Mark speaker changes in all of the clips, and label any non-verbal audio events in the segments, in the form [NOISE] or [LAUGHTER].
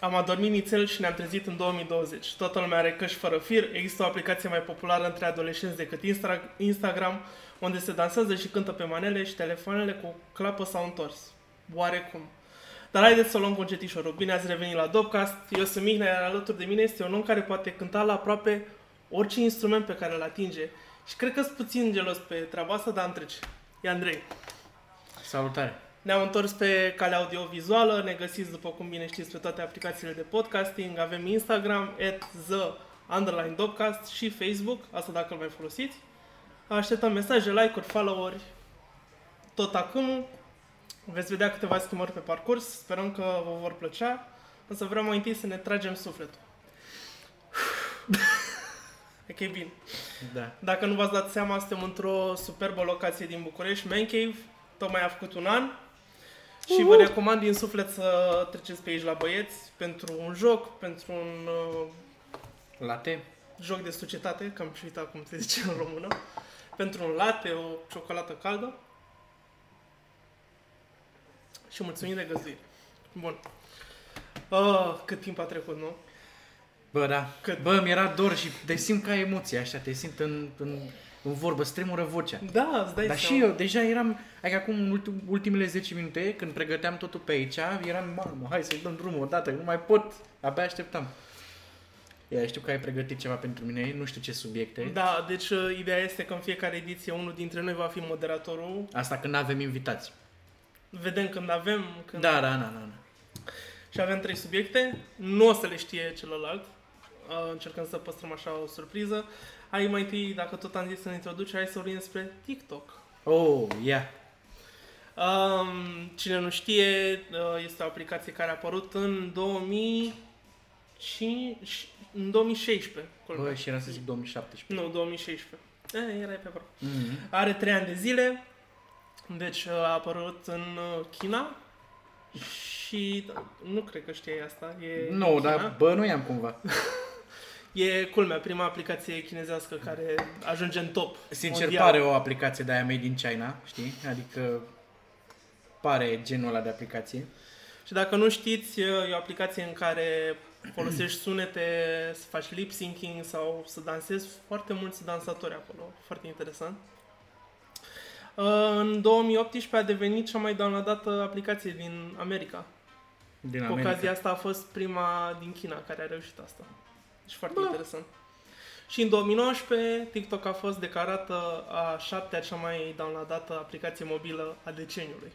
Speaker 1: Am adormit nițel și ne-am trezit în 2020. Toată lumea are căști fără fir, există o aplicație mai populară între adolescenți decât Instra- Instagram, unde se dansează și cântă pe manele și telefoanele cu clapă s-au întors. Oarecum. Dar haideți să o luăm cu încetișorul. Bine ați revenit la Dopcast. Eu sunt Mihnea, iar alături de mine este un om care poate cânta la aproape orice instrument pe care îl atinge. Și cred că sunt puțin gelos pe treaba asta, dar am trece. E Andrei.
Speaker 2: Salutare!
Speaker 1: Ne-am întors pe calea audiovizuală, ne găsiți, după cum bine știți, pe toate aplicațiile de podcasting. Avem Instagram, at the underline dopcast și Facebook, asta dacă îl mai folosiți. Așteptăm mesaje, like-uri, follow-uri, tot acum. Veți vedea câteva schimbări pe parcurs, sperăm că vă vor plăcea, însă vrem mai întâi să ne tragem sufletul. [LAUGHS] ok, bine.
Speaker 2: Da.
Speaker 1: Dacă nu v-ați dat seama, suntem într-o superbă locație din București, Man Cave. Tocmai a făcut un an. Și vă recomand din suflet să treceți pe aici la băieți pentru un joc, pentru un uh,
Speaker 2: Late?
Speaker 1: joc de societate, că am și uitat cum se zice în română, pentru un latte, o ciocolată caldă. Și mulțumim de găzduire. Bun. Uh, cât timp a trecut, nu?
Speaker 2: Bă, da.
Speaker 1: Cât?
Speaker 2: Bă, mi-era dor și te simt ca emoție, așa, te simt în, în, în vorbă, stremură vocea.
Speaker 1: Da, îți dai
Speaker 2: Dar și
Speaker 1: seama.
Speaker 2: eu, deja eram, adică acum în ultim, ultimele 10 minute, când pregăteam totul pe aici, eram, mamă, hai să-i dăm drumul odată, nu mai pot, abia așteptam. Ia, știu că ai pregătit ceva pentru mine, nu știu ce subiecte.
Speaker 1: Da, deci uh, ideea este că în fiecare ediție unul dintre noi va fi moderatorul.
Speaker 2: Asta când avem invitați.
Speaker 1: Vedem când avem, când...
Speaker 2: Da, da, da, da. da.
Speaker 1: Și avem trei subiecte, nu o să le știe celălalt. Uh, Încercăm să păstrăm așa o surpriză. Hai mai întâi, dacă tot am zis să ne introduci, hai să vorbim despre TikTok.
Speaker 2: Oh, ia. Yeah.
Speaker 1: Um, cine nu știe, uh, este o aplicație care a apărut în 2005, în 2016. culmea.
Speaker 2: Bă, și era să zic 2017.
Speaker 1: Nu, 2016. Eh, erai pe aproape.
Speaker 2: Mm-hmm.
Speaker 1: Are 3 ani de zile, deci a apărut în uh, China și uh, nu cred că știai asta. E
Speaker 2: Nu,
Speaker 1: din
Speaker 2: no,
Speaker 1: China.
Speaker 2: dar bă, nu i-am cumva.
Speaker 1: E culmea, prima aplicație chinezească care ajunge în top.
Speaker 2: Sincer,
Speaker 1: mondial.
Speaker 2: pare o aplicație de-aia made in China, știi? Adică pare genul ăla de aplicație.
Speaker 1: Și dacă nu știți, e o aplicație în care folosești sunete, să faci lip syncing sau să dansezi foarte mulți dansatori acolo. Foarte interesant. Uh, În 2018 a devenit cea mai downloadată aplicație din America.
Speaker 2: Din
Speaker 1: Cu ocazia asta a fost prima din China care a reușit asta. Deci foarte
Speaker 2: Bă.
Speaker 1: interesant. Și în 2019, TikTok a fost declarată a șaptea cea mai downloadată aplicație mobilă a deceniului.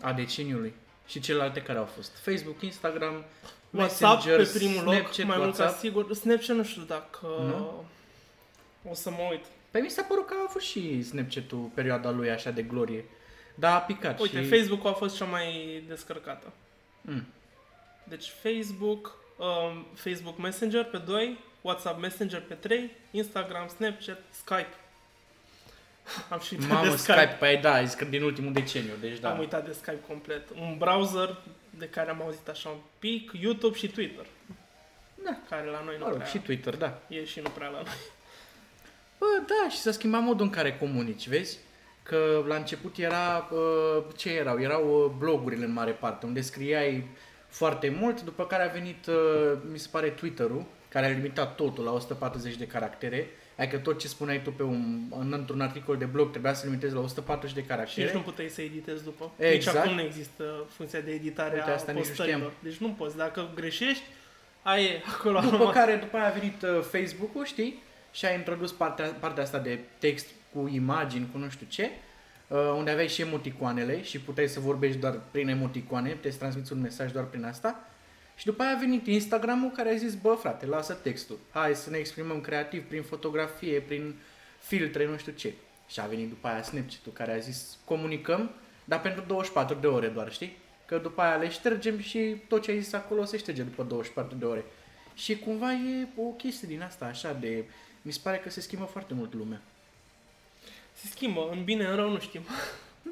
Speaker 2: A deceniului. Și celelalte care au fost. Facebook, Instagram,
Speaker 1: WhatsApp
Speaker 2: Messenger,
Speaker 1: pe primul loc, mai
Speaker 2: Snapchat,
Speaker 1: mult ca
Speaker 2: WhatsApp.
Speaker 1: sigur. Snapchat nu știu dacă
Speaker 2: Nu?
Speaker 1: o să mă uit.
Speaker 2: Pe Păi mi s-a părut că a fost și Snapchat-ul perioada lui așa de glorie. Dar a picat
Speaker 1: Uite,
Speaker 2: și...
Speaker 1: Facebook-ul a fost cea mai descărcată.
Speaker 2: Mm.
Speaker 1: Deci Facebook, um, Facebook Messenger pe 2, WhatsApp Messenger pe 3, Instagram, Snapchat, Skype. [LAUGHS] Am și uitat
Speaker 2: Mamă,
Speaker 1: de
Speaker 2: Skype, Skype păi da, ai zis că din ultimul deceniu, deci da.
Speaker 1: Am uitat de Skype complet. Un browser de care am auzit așa un pic, YouTube și Twitter.
Speaker 2: Da.
Speaker 1: Care la noi Păi nu
Speaker 2: Mă rog,
Speaker 1: prea
Speaker 2: și Twitter, da.
Speaker 1: e și nu prea la noi.
Speaker 2: Bă, da, și s-a schimbat modul în care comunici, vezi? Că la început era, uh, ce erau? Erau uh, blogurile în mare parte, unde scriai foarte mult, după care a venit, uh, mi se pare, Twitter-ul, care a limitat totul la 140 de caractere. Adică tot ce spuneai tu pe un, în, într-un articol de blog trebuia să limitezi la 140 de
Speaker 1: Și nici nu
Speaker 2: caractere.
Speaker 1: puteai să editezi după.
Speaker 2: Exact.
Speaker 1: Nici acum nu există funcția de editare
Speaker 2: Uite,
Speaker 1: a
Speaker 2: asta nici nu
Speaker 1: postărilor.
Speaker 2: știam.
Speaker 1: Deci nu poți. Dacă greșești, ai e acolo.
Speaker 2: După
Speaker 1: rămas.
Speaker 2: care, după aia a venit uh, Facebook-ul, știi? Și a introdus partea, partea asta de text cu imagini, cu nu știu ce, uh, unde aveai și emoticoanele și puteai să vorbești doar prin emoticoane, puteai să transmiți un mesaj doar prin asta. Și după aia a venit Instagram-ul care a zis, bă frate, lasă textul, hai să ne exprimăm creativ prin fotografie, prin filtre, nu știu ce. Și a venit după aia Snapchat-ul care a zis, comunicăm, dar pentru 24 de ore doar, știi? Că după aia le ștergem și tot ce ai zis acolo se șterge după 24 de ore. Și cumva e o chestie din asta, așa, de... Mi se pare că se schimbă foarte mult lumea.
Speaker 1: [LAUGHS] Se schimbă. În bine, în rău, nu știm.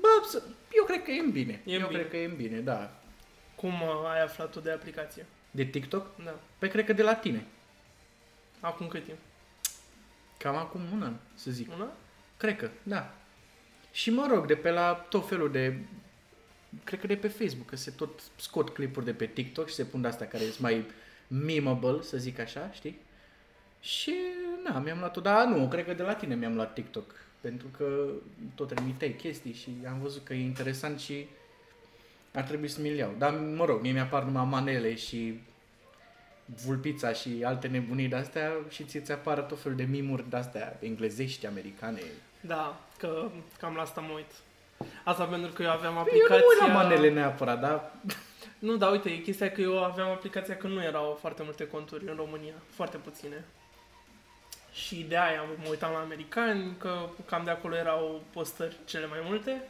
Speaker 2: Bă, să- eu cred că e în bine.
Speaker 1: E
Speaker 2: eu
Speaker 1: în bine.
Speaker 2: cred că e în bine, da.
Speaker 1: Cum uh, ai aflat tu de aplicație?
Speaker 2: De TikTok?
Speaker 1: Da.
Speaker 2: Pe cred că de la tine.
Speaker 1: Acum cât timp?
Speaker 2: Cam acum un an, să zic.
Speaker 1: Una?
Speaker 2: Cred că, da. Și mă rog, de pe la tot felul de cred că de pe Facebook, că se tot scot clipuri de pe TikTok și se pun de astea care sunt mai memeable, să zic așa, știi? Și, na, mi-am luat-o, dar nu, cred că de la tine mi-am luat TikTok, pentru că tot trimiteai chestii și am văzut că e interesant și ar trebui să mi-l iau. Dar, mă rog, mie mi-apar numai manele și vulpița și alte nebunii de-astea și ți ți apar tot fel de mimuri de-astea englezești, americane.
Speaker 1: Da, că cam la asta mă uit. Asta pentru că eu aveam
Speaker 2: Eu
Speaker 1: aplicația...
Speaker 2: nu mă uit la manele neapărat, dar
Speaker 1: Nu, dar uite, e chestia că eu aveam aplicația că nu erau foarte multe conturi în România, foarte puține. Și de aia mă uitam la americani, că cam de acolo erau postări cele mai multe.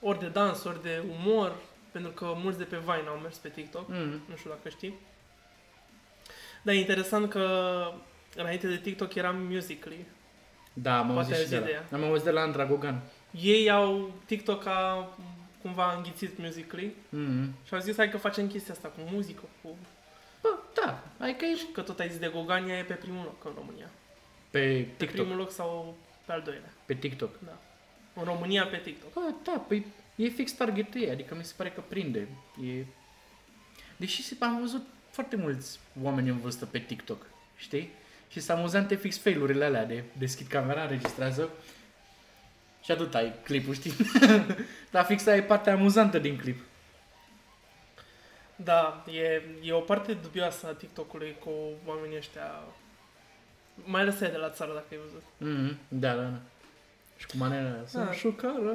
Speaker 1: Ori de dans, ori de umor, pentru că mulți de pe Vine au mers pe TikTok,
Speaker 2: Mm.
Speaker 1: nu știu dacă știi. Dar e interesant că înainte de TikTok eram Musical.ly.
Speaker 2: Da, am
Speaker 1: Poate
Speaker 2: auzit și
Speaker 1: auzi
Speaker 2: de la.
Speaker 1: ideea.
Speaker 2: Am auzit de la Andra Gogan.
Speaker 1: Ei au TikTok a cumva înghițit Musical.ly
Speaker 2: Mm.
Speaker 1: și au zis hai că facem chestia asta cu muzică, cu
Speaker 2: Bă, da, adică e
Speaker 1: Că tot ai zis de Gogania e pe primul loc în România.
Speaker 2: pe
Speaker 1: Pe
Speaker 2: TikTok.
Speaker 1: primul loc sau pe al doilea,
Speaker 2: Pe TikTok.
Speaker 1: da. În România pe TikTok.
Speaker 2: Bă, da, păi e fix targetul ei, adică mi se pare că prinde. E... Deși se- am văzut foarte mulți oameni în vârstă pe TikTok, știi? Și sunt amuzante fix fail-urile alea de deschid camera, înregistrează și atât ai clipul, știi? [LAUGHS] Dar fix aia e partea amuzantă din clip.
Speaker 1: Da, e, e o parte dubioasă a TikTok-ului cu oamenii ăștia. Mai ales aia de la țară, dacă ai văzut.
Speaker 2: Mm, da, da, da. Și cu manera sunt
Speaker 1: Da.
Speaker 2: șocară,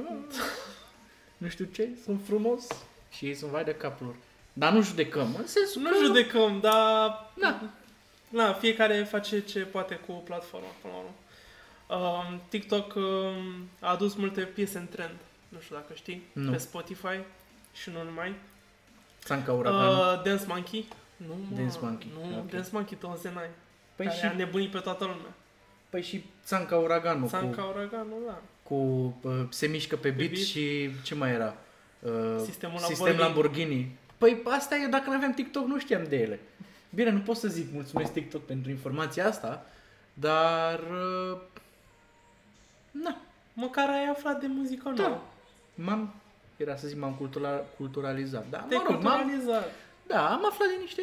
Speaker 2: nu știu ce, sunt frumos. Și ei sunt vai de capul lor. Dar nu judecăm, în sensul
Speaker 1: Nu
Speaker 2: că-
Speaker 1: judecăm, dar...
Speaker 2: Da.
Speaker 1: Na, fiecare face ce poate cu platforma, până la urmă. Um, TikTok um, a adus multe piese în trend. Nu știu dacă știi.
Speaker 2: Nu.
Speaker 1: Pe Spotify și nu numai.
Speaker 2: Țanca uraganul.
Speaker 1: Uh, Dance Monkey? Nu, mă,
Speaker 2: Dance Monkey,
Speaker 1: Nu,
Speaker 2: ok.
Speaker 1: Dance Monkey 2009. Păi
Speaker 2: păi,
Speaker 1: care și... a
Speaker 2: și,
Speaker 1: nebunit pe toată lumea.
Speaker 2: păi și Țanca uraganul
Speaker 1: Țanca Uraganul, da.
Speaker 2: cu, cu uh, se mișcă pe beat,
Speaker 1: beat.
Speaker 2: și ce mai era? Uh,
Speaker 1: Sistemul
Speaker 2: sistem
Speaker 1: Lamborghini.
Speaker 2: Lamborghini. Păi asta e, dacă nu aveam TikTok, nu știam de ele. Bine, nu pot să zic mulțumesc TikTok pentru informația asta, dar... Uh, na,
Speaker 1: Măcar ai aflat de muzică
Speaker 2: Da.
Speaker 1: nouă.
Speaker 2: M-am, era să zic, m-am cultura, culturalizat. Da,
Speaker 1: Te-ai
Speaker 2: mă rog, m-am,
Speaker 1: culturalizat.
Speaker 2: da, am aflat de niște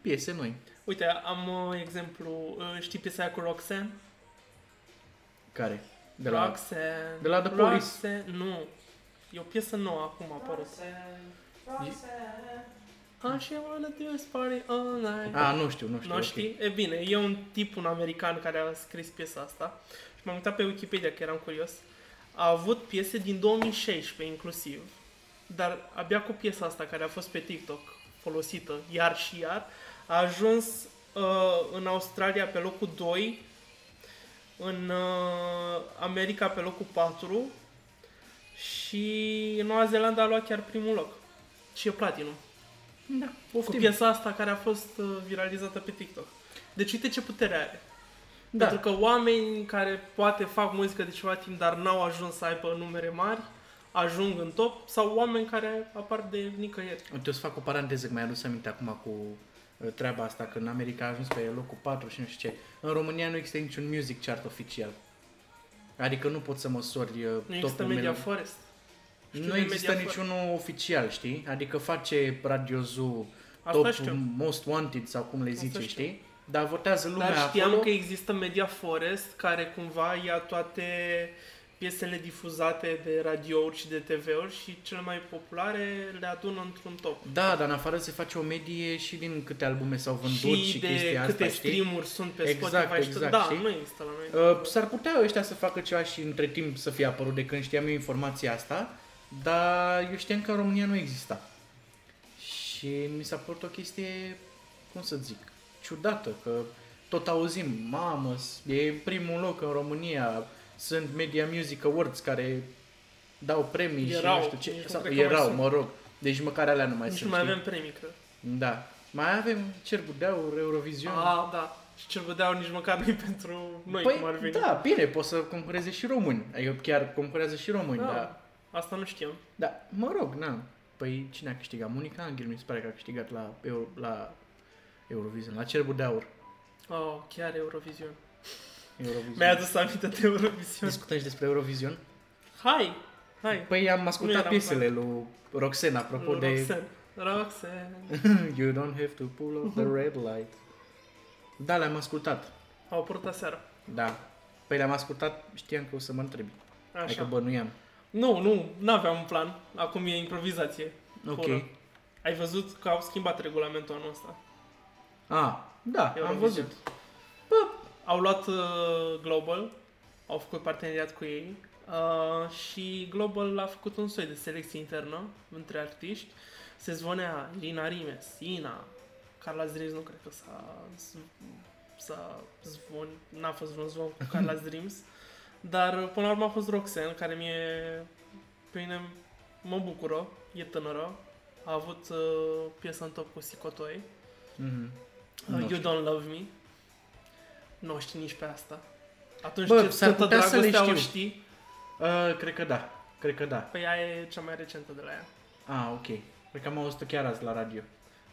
Speaker 2: piese noi.
Speaker 1: Uite, am uh, exemplu, uh, știi piesa aia cu Roxanne?
Speaker 2: Care? De la...
Speaker 1: Roxanne.
Speaker 2: de la The Police.
Speaker 1: Roxanne, nu. E o piesă nouă acum a apărut. I she wanna do this party all night.
Speaker 2: A, nu știu, nu știu.
Speaker 1: Nu
Speaker 2: ok.
Speaker 1: știi? E bine, e un tip, un american care a scris piesa asta și m-am uitat pe Wikipedia, că eram curios. A avut piese din 2016 inclusiv, dar abia cu piesa asta care a fost pe TikTok folosită iar și iar, a ajuns uh, în Australia pe locul 2, în uh, America pe locul 4 și în Noua Zeelandă a luat chiar primul loc. Și e platinum
Speaker 2: Da,
Speaker 1: cu
Speaker 2: poftim.
Speaker 1: piesa asta care a fost uh, viralizată pe TikTok. Deci uite ce putere are. Da.
Speaker 2: Da.
Speaker 1: Pentru că oameni care poate fac muzică de ceva timp, dar n-au ajuns să aibă numere mari, ajung în top, sau oameni care apar de nicăieri.
Speaker 2: Uite, o să fac o paranteză, că mi-a adus aminte acum cu uh, treaba asta, că în America a ajuns pe locul 4 și nu știu ce. În România nu există niciun music chart oficial. Adică nu poți să măsori uh,
Speaker 1: Nu există
Speaker 2: topul
Speaker 1: Media
Speaker 2: melodic.
Speaker 1: Forest. Știu
Speaker 2: Nu
Speaker 1: de
Speaker 2: există
Speaker 1: Media
Speaker 2: niciunul oficial, știi? Adică face Radio Zoo
Speaker 1: Asta
Speaker 2: top
Speaker 1: știu.
Speaker 2: Most Wanted sau cum le zice,
Speaker 1: știu.
Speaker 2: știi? Dar votează lumea
Speaker 1: Dar știam
Speaker 2: acolo.
Speaker 1: că există Media Forest care cumva ia toate piesele difuzate de radiouri și de TV-uri și cele mai populare le adună într-un top.
Speaker 2: Da, dar în afară se face o medie și din câte albume s-au vândut și,
Speaker 1: și de
Speaker 2: chestia
Speaker 1: câte
Speaker 2: asta, știi?
Speaker 1: stream-uri sunt pe
Speaker 2: Exact,
Speaker 1: Spotify și tot.
Speaker 2: exact,
Speaker 1: Da,
Speaker 2: știi?
Speaker 1: nu există la noi.
Speaker 2: Uh, s-ar putea ăștia să facă ceva și între timp să fie apărut de când știam eu informația asta, dar eu știam că în România nu exista. Și mi s-a părut o chestie, cum să zic, ciudată, că tot auzim, mamă, s- e în primul loc în România, sunt Media Music Awards care dau premii
Speaker 1: Erau,
Speaker 2: și nu știu ce.
Speaker 1: nici nu
Speaker 2: sau,
Speaker 1: cred că mai
Speaker 2: erau,
Speaker 1: sunt.
Speaker 2: mă rog. Deci măcar alea nu mai
Speaker 1: Nici nu
Speaker 2: sunt.
Speaker 1: mai
Speaker 2: știi?
Speaker 1: avem premii, cred.
Speaker 2: Da. Mai avem Cerbul de Aur, Eurovision.
Speaker 1: Ah, da. Și cel vedeau nici măcar nu pentru noi,
Speaker 2: păi,
Speaker 1: cum ar veni.
Speaker 2: da, bine, pot să concureze și români. Eu chiar concurează și români,
Speaker 1: Da.
Speaker 2: da. da.
Speaker 1: Asta nu știam.
Speaker 2: Da, mă rog, na. Păi cine a câștigat? Monica Angel mi se pare că a câștigat la, Euro, la Eurovision, la Cerbul de Aur.
Speaker 1: Oh, chiar Eurovision.
Speaker 2: Eurovision.
Speaker 1: Mi-ai adus aminte de Eurovision.
Speaker 2: Discutăm și despre Eurovision.
Speaker 1: Hai! Hai,
Speaker 2: Păi am
Speaker 1: Nu
Speaker 2: ascultat
Speaker 1: eram
Speaker 2: piesele lui Roxanne, apropo de...
Speaker 1: Roxanne. Roxanne.
Speaker 2: [LAUGHS] you don't have to pull off the red light. Da, le-am ascultat.
Speaker 1: Au apărut aseară.
Speaker 2: Da. Păi le-am ascultat, știam că o să mă întrebi.
Speaker 1: Așa.
Speaker 2: Adică bănuiam.
Speaker 1: Nu, nu, n-aveam un plan. Acum e improvizație.
Speaker 2: Ok.
Speaker 1: Pură. Ai văzut că au schimbat regulamentul anul ăsta.
Speaker 2: A, da, am
Speaker 1: Eurovision.
Speaker 2: văzut.
Speaker 1: Au luat uh, Global, au făcut parteneriat cu ei uh, și Global a făcut un soi de selecție internă între artiști. Se zvonea Lina Rimes, Ina, Carla Dreams nu cred că s-a, s-a zvon, n-a fost vreun zvon cu Carla Dreams, dar până la urmă a fost Roxanne, care mie pe mine mă bucură, e tânără, a avut uh, piesă în top cu Sicotoi.
Speaker 2: Mhm.
Speaker 1: Uh,
Speaker 2: Nu
Speaker 1: you
Speaker 2: știu.
Speaker 1: Don't Love Me. Nu o știi nici pe asta. Atunci
Speaker 2: Bă,
Speaker 1: Bă, ce
Speaker 2: s-ar
Speaker 1: cântă
Speaker 2: putea să le
Speaker 1: dragostea o
Speaker 2: știu.
Speaker 1: știi?
Speaker 2: Uh, cred că da. Cred că da.
Speaker 1: Păi ea e cea mai recentă de la ea.
Speaker 2: Ah, ok. Cred că am auzit-o chiar azi la radio.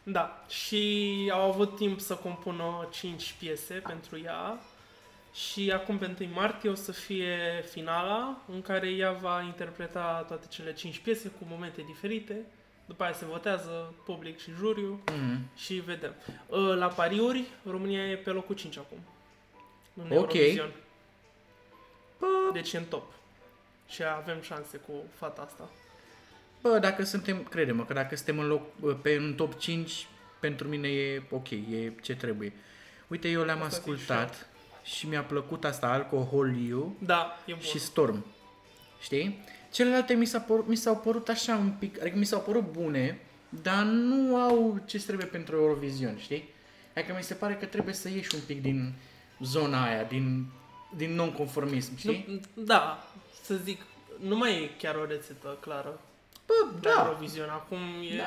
Speaker 1: Da, și au avut timp să compună 5 piese pentru ea și acum pe 1 martie o să fie finala în care ea va interpreta toate cele 5 piese cu momente diferite. După aia se votează public și juriu
Speaker 2: Mhm.
Speaker 1: și vedem. Uh, La pariuri, România e pe locul 5 acum. În
Speaker 2: Ok.
Speaker 1: Eurovision. Deci e în top. Și avem șanse cu fata asta.
Speaker 2: Bă, dacă suntem, crede-mă, că dacă suntem în loc, pe în top 5, pentru mine e ok, e ce trebuie. Uite, eu le-am
Speaker 1: Asta zic
Speaker 2: ascultat și mi-a plăcut asta, Alcohol You
Speaker 1: Da, e bun.
Speaker 2: și Storm. Știi? Celelalte mi, s-a părut, mi s-au părut așa un pic, adică mi s-au părut bune, dar nu au ce trebuie pentru Eurovision, știi? Adică mi se pare că trebuie să ieși un pic din zona aia, din, din nonconformism, știi?
Speaker 1: nu, da, să zic, nu mai e chiar o rețetă clară.
Speaker 2: Bă,
Speaker 1: La
Speaker 2: da,
Speaker 1: Eurovision acum e
Speaker 2: Da.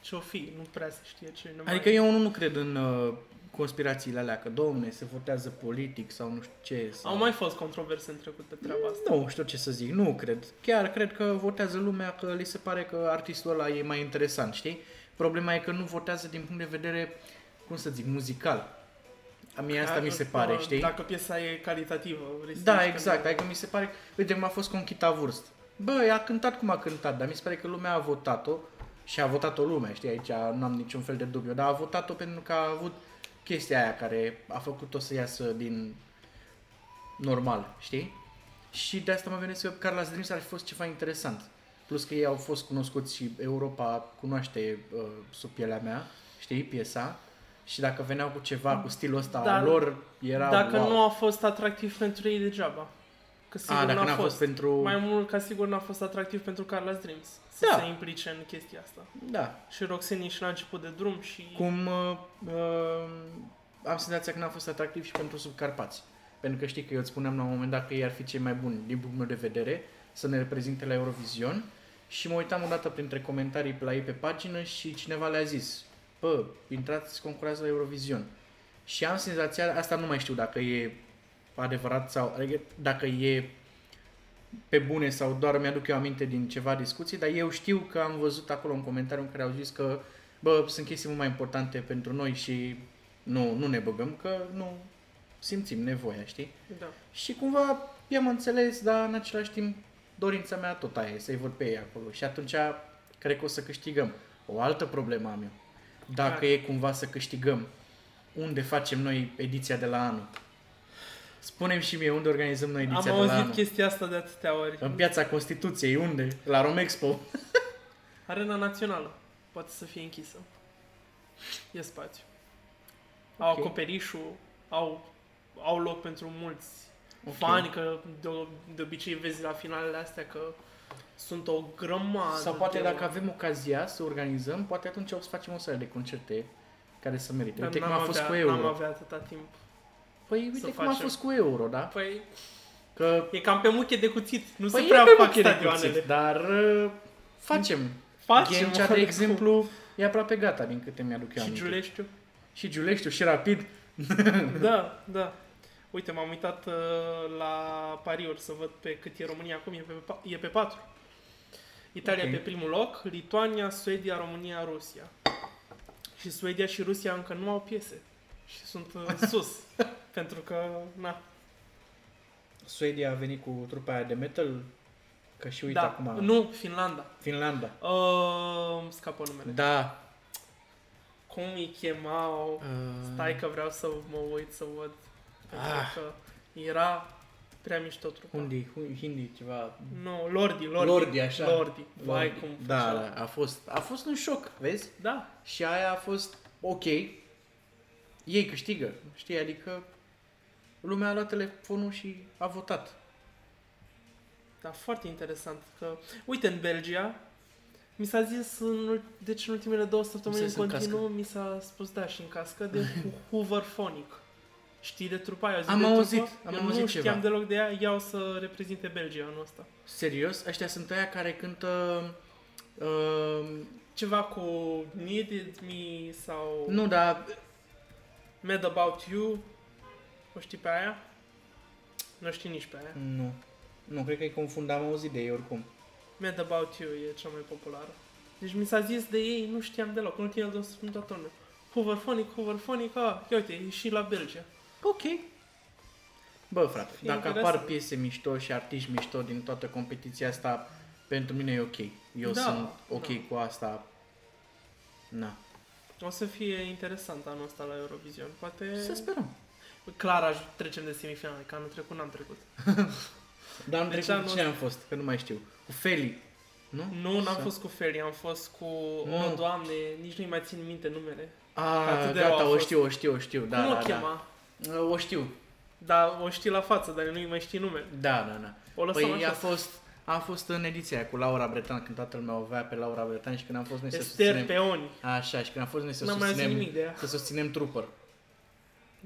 Speaker 1: ce-o fi, nu prea se știe ce ne
Speaker 2: Adică eu nu, nu cred în uh, conspirațiile alea, că domne, se votează politic sau nu știu ce. Sau...
Speaker 1: Au mai fost controverse în trecut pe treaba asta.
Speaker 2: Nu știu ce să zic, nu cred. Chiar cred că votează lumea că li se pare că artistul ăla e mai interesant, știi? Problema e că nu votează din punct de vedere, cum să zic, muzical. A mie asta mi se pare,
Speaker 1: Dacă-
Speaker 2: știi?
Speaker 1: Dacă piesa e calitativă. vrei să
Speaker 2: Da,
Speaker 1: zici că
Speaker 2: exact.
Speaker 1: nu-
Speaker 2: Adică mi se pare... Uite, cum a fost Conchita Wurst. Bă, a cântat cum a cântat, dar mi se pare că lumea a votat-o și a votat-o lumea, știi, aici nu am niciun fel de dubiu, dar a votat-o pentru că a avut chestia aia care a făcut-o să iasă din normal, știi? Și de asta mă gândesc eu că Carlos Dreams ar fi fost ceva interesant. Plus că ei au fost cunoscuți și Europa cunoaște uh, sub pielea mea, știi, piesa. Și dacă veneau cu ceva, cu stilul ăsta
Speaker 1: Da. Dar
Speaker 2: al lor, era
Speaker 1: Dacă
Speaker 2: wow.
Speaker 1: nu a fost atractiv pentru ei degeaba. Că sigur
Speaker 2: A, dacă
Speaker 1: n-a,
Speaker 2: n-a fost pentru...
Speaker 1: Mai mult ca sigur n-a fost atractiv pentru Carla's Dreams să
Speaker 2: Da.
Speaker 1: se implice în chestia asta.
Speaker 2: Da.
Speaker 1: Și Roxanne e și la început de drum și...
Speaker 2: Cum uh, uh, am senzația că n-a fost atractiv și pentru subcarpați. Pentru că știi că eu îți spuneam la un moment dat că ei ar fi cei mai buni, din punctul meu de vedere, să ne reprezinte la Eurovision. Și mă uitam odată printre comentarii pe la ei pe pagină și cineva le-a zis Bă, intrați, concurați la Eurovision. Și am senzația, asta nu mai știu dacă e adevărat sau adică dacă e pe bune sau doar mi-aduc eu aminte din ceva discuții, dar eu știu că am văzut acolo un comentariu în care au zis că bă, sunt chestii mult mai importante pentru noi și nu, nu ne băgăm, că nu simțim nevoia, știi?
Speaker 1: Da.
Speaker 2: Și cumva i-am înțeles, dar în același timp dorința mea tot aia e să-i văd pe ei acolo. Și atunci cred că o să câștigăm. O altă problemă am eu. Dacă
Speaker 1: Care?
Speaker 2: e cumva să câștigăm, unde facem noi ediția de la anul? Spunem și mie unde organizăm noi
Speaker 1: Am
Speaker 2: ediția de la Da.
Speaker 1: auzit
Speaker 2: anul.
Speaker 1: chestia asta de atâtea ori.
Speaker 2: În piața Constituției, unde? La Romexpo.
Speaker 1: Arena Națională poate să fie închisă. E spațiu. Au
Speaker 2: Ok.
Speaker 1: acoperișul, au, au loc pentru mulți
Speaker 2: Ok.
Speaker 1: fani, că de, de obicei vezi la finalele astea că sunt o grămadă
Speaker 2: [LAUGHS] Sau poate
Speaker 1: de
Speaker 2: dacă avem ocazia să organizăm, poate atunci o să facem o serie de concerte care să merite.
Speaker 1: Dar
Speaker 2: Uite cum
Speaker 1: n-am
Speaker 2: a fost
Speaker 1: avea,
Speaker 2: cu
Speaker 1: N-am
Speaker 2: euro.
Speaker 1: avea atâta timp.
Speaker 2: Păi
Speaker 1: să
Speaker 2: uite cum a
Speaker 1: facem.
Speaker 2: fost cu euro, da?
Speaker 1: Păi,
Speaker 2: Că
Speaker 1: e cam pe muche de cuțit. Nu
Speaker 2: păi
Speaker 1: se
Speaker 2: e
Speaker 1: prea
Speaker 2: pe
Speaker 1: fac
Speaker 2: muche de
Speaker 1: stadioanele.
Speaker 2: cuțit, dar uh, facem.
Speaker 1: Facem,
Speaker 2: Ghencea, de
Speaker 1: oricum.
Speaker 2: exemplu, e aproape gata din câte mi-aduc eu
Speaker 1: Și
Speaker 2: aminte.
Speaker 1: Giuleștiu.
Speaker 2: și Giuleștiu, și Rapid.
Speaker 1: da, da. Uite, m-am uitat uh, la pariuri să văd pe cât e România acum. E pe, pa- e pe 4. Italia
Speaker 2: Ok.
Speaker 1: pe primul loc, Lituania, Suedia, România, Rusia. Și Suedia și Rusia încă nu au piese. Și sunt
Speaker 2: [LAUGHS]
Speaker 1: uh, sus. pentru că, na,
Speaker 2: Suedia a venit cu trupa aia de metal Că și uite
Speaker 1: da,
Speaker 2: acum.
Speaker 1: nu, Finlanda.
Speaker 2: Finlanda.
Speaker 1: Uh, îmi scapă numele.
Speaker 2: Da.
Speaker 1: Cum îi chemau?
Speaker 2: Uh,
Speaker 1: Stai că vreau să mă uit să văd. Pentru
Speaker 2: Ah.
Speaker 1: că era prea mișto trupa.
Speaker 2: Hindi, hu- hindi, ceva.
Speaker 1: Nu, Lordi, Lordi.
Speaker 2: Lordi, așa.
Speaker 1: Lordi. Vai cum
Speaker 2: da,
Speaker 1: făcea.
Speaker 2: da, a fost, a fost un șoc, vezi?
Speaker 1: Da.
Speaker 2: Și aia a fost ok. Ei câștigă, știi, adică lumea a luat telefonul și a votat.
Speaker 1: Da, foarte interesant. Că, uite, în Belgia, mi s-a zis, în, ul- deci în ultimele două săptămâni
Speaker 2: Mi
Speaker 1: în
Speaker 2: s-a zis în
Speaker 1: continuu, mi s-a spus, da, și în cască,
Speaker 2: [LAUGHS]
Speaker 1: de ho- hoverphonic. Știi de trupa aia?
Speaker 2: Am
Speaker 1: de
Speaker 2: auzit,
Speaker 1: trupa?
Speaker 2: am
Speaker 1: Eu
Speaker 2: auzit
Speaker 1: nu
Speaker 2: ceva.
Speaker 1: știam deloc de ea, ea o să reprezinte Belgia anul ăsta.
Speaker 2: Serios, ăștia sunt aia care cântă... Uh,
Speaker 1: Ceva cu Needed Me sau
Speaker 2: nu, dar
Speaker 1: Mad About You, o știi pe aia? Nu știi nici pe aia.
Speaker 2: Nu. Nu, cred că îi confund, am auzit de ei oricum.
Speaker 1: Mad About You e cea mai populară. Deci mi s-a zis de ei, nu știam deloc, în ultimele două săptămâni toată lumea. Hoverphonic, hoverphonic, a, ah, ia uite, e și la Belgia.
Speaker 2: Ok. Bă, frate,
Speaker 1: E
Speaker 2: dacă
Speaker 1: interesant.
Speaker 2: apar piese mișto și artiști mișto din toată competiția asta, pentru mine e ok. Eu
Speaker 1: Da,
Speaker 2: sunt ok
Speaker 1: da.
Speaker 2: cu asta. Na.
Speaker 1: O să fie interesant anul ăsta la Eurovision. Poate...
Speaker 2: Să sperăm.
Speaker 1: Clar aj- trecem de semifinale, că anul trecut n-am trecut.
Speaker 2: Dar am
Speaker 1: Deci
Speaker 2: trecut
Speaker 1: anul Mm.
Speaker 2: cu cine am fost, că nu mai știu. Cu Feli. Nu?
Speaker 1: Nu, n-am
Speaker 2: Sau-
Speaker 1: fost cu Feli, am fost cu...
Speaker 2: Nu.
Speaker 1: Nu, no, doamne, nici nu-i mai țin minte numele.
Speaker 2: A,
Speaker 1: Atât de
Speaker 2: gata,
Speaker 1: rău a
Speaker 2: o
Speaker 1: fost.
Speaker 2: știu, o știu, o știu. Da,
Speaker 1: Cum
Speaker 2: da,
Speaker 1: o
Speaker 2: da.
Speaker 1: chema?
Speaker 2: O știu.
Speaker 1: Dar o știi la față, dar nu-i mai știi numele.
Speaker 2: Da, da, da.
Speaker 1: O lăsăm
Speaker 2: Păi
Speaker 1: așa.
Speaker 2: a fost, a fost în ediția aia cu Laura Bretan, când toată lumea o avea pe Laura Bretan și când am fost noi să
Speaker 1: Ester
Speaker 2: susținem
Speaker 1: Peoni.
Speaker 2: Așa, și când a fost noi să
Speaker 1: N-am mai auzit
Speaker 2: susținem,
Speaker 1: nimic de ea.
Speaker 2: să susținem trooper.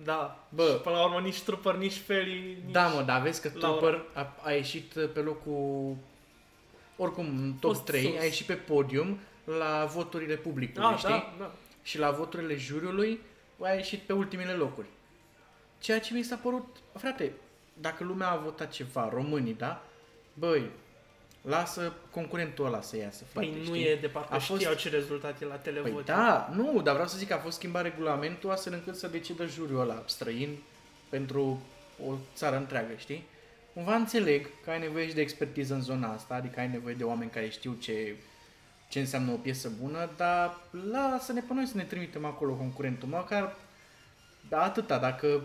Speaker 1: Da.
Speaker 2: Bă.
Speaker 1: Și până la urmă nici Trooper, nici Feli, nici...
Speaker 2: Da, mă, dar vezi că
Speaker 1: Laura.
Speaker 2: trooper a, a ieșit pe locul, oricum, în top
Speaker 1: Fost
Speaker 2: 3,
Speaker 1: sus.
Speaker 2: a ieșit pe podium la voturile publicului,
Speaker 1: a,
Speaker 2: știi?
Speaker 1: da, da.
Speaker 2: Și la voturile juriului a ieșit pe ultimele locuri. Ceea ce mi s-a părut, frate, dacă lumea a votat ceva, românii, da? Băi, lasă concurentul ăla să iasă, frate,
Speaker 1: Păi nu
Speaker 2: știi?
Speaker 1: e de parcă
Speaker 2: A
Speaker 1: a
Speaker 2: fost-
Speaker 1: știau ce rezultat e la televot.
Speaker 2: Păi da, nu, dar vreau să zic că a fost schimbat regulamentul astfel încât să decidă juriul ăla străin pentru o țară întreagă, știi? Cumva înțeleg că ai nevoie și de expertiză în zona asta, adică ai nevoie de oameni care știu ce, ce înseamnă o piesă bună, dar lasă-ne pe noi să ne trimitem acolo concurentul, măcar da, atâta, dacă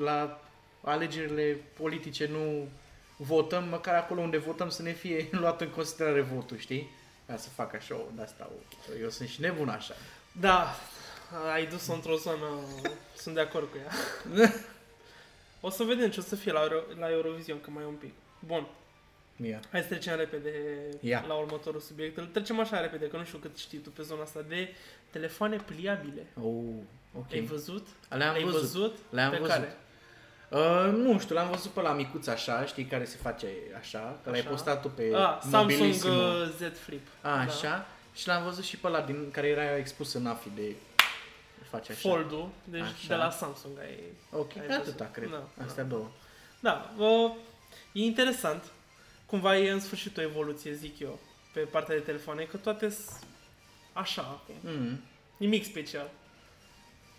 Speaker 2: la alegerile politice nu votăm, măcar acolo unde votăm să ne fie [LAUGHS] luat în considerare votul, știi? Ca să fac așa o, de asta, o, eu sunt și nebun așa.
Speaker 1: Da, ai dus-o într-o zonă, sunt de acord cu
Speaker 2: [LAUGHS]
Speaker 1: ea. O să vedem ce o să fie la, Euro- la Eurovision, că mai e un pic. Bun,
Speaker 2: Mia.
Speaker 1: hai să trecem repede
Speaker 2: Ia.
Speaker 1: la următorul subiect. Îl trecem așa repede, că nu știu cât știi tu pe zona asta de telefoane pliabile.
Speaker 2: Oh, ok.
Speaker 1: Okay. Ai văzut?
Speaker 2: Le-am
Speaker 1: Le-ai
Speaker 2: văzut. Le-am
Speaker 1: pe
Speaker 2: văzut.
Speaker 1: care?
Speaker 2: Uh, nu știu, l-am văzut pe la micuț așa, știi, care se face așa, că l-ai
Speaker 1: Așa.
Speaker 2: postat tu pe
Speaker 1: Ah, Samsung
Speaker 2: Mobilissimo.
Speaker 1: uh, Z Flip.
Speaker 2: A, așa. Și l-am văzut și pe ăla din, care era expus în AFI de
Speaker 1: Da.
Speaker 2: face așa.
Speaker 1: Fold-ul, deci
Speaker 2: Așa.
Speaker 1: de la Samsung ai
Speaker 2: Ok,
Speaker 1: Ai
Speaker 2: atâta,
Speaker 1: văzut?
Speaker 2: cred.
Speaker 1: Da,
Speaker 2: Astea două.
Speaker 1: Da, uh, e interesant. Cumva e în sfârșit o evoluție, zic eu, pe partea de telefoane, că toate s- așa acum.
Speaker 2: Mm.
Speaker 1: Nimic special.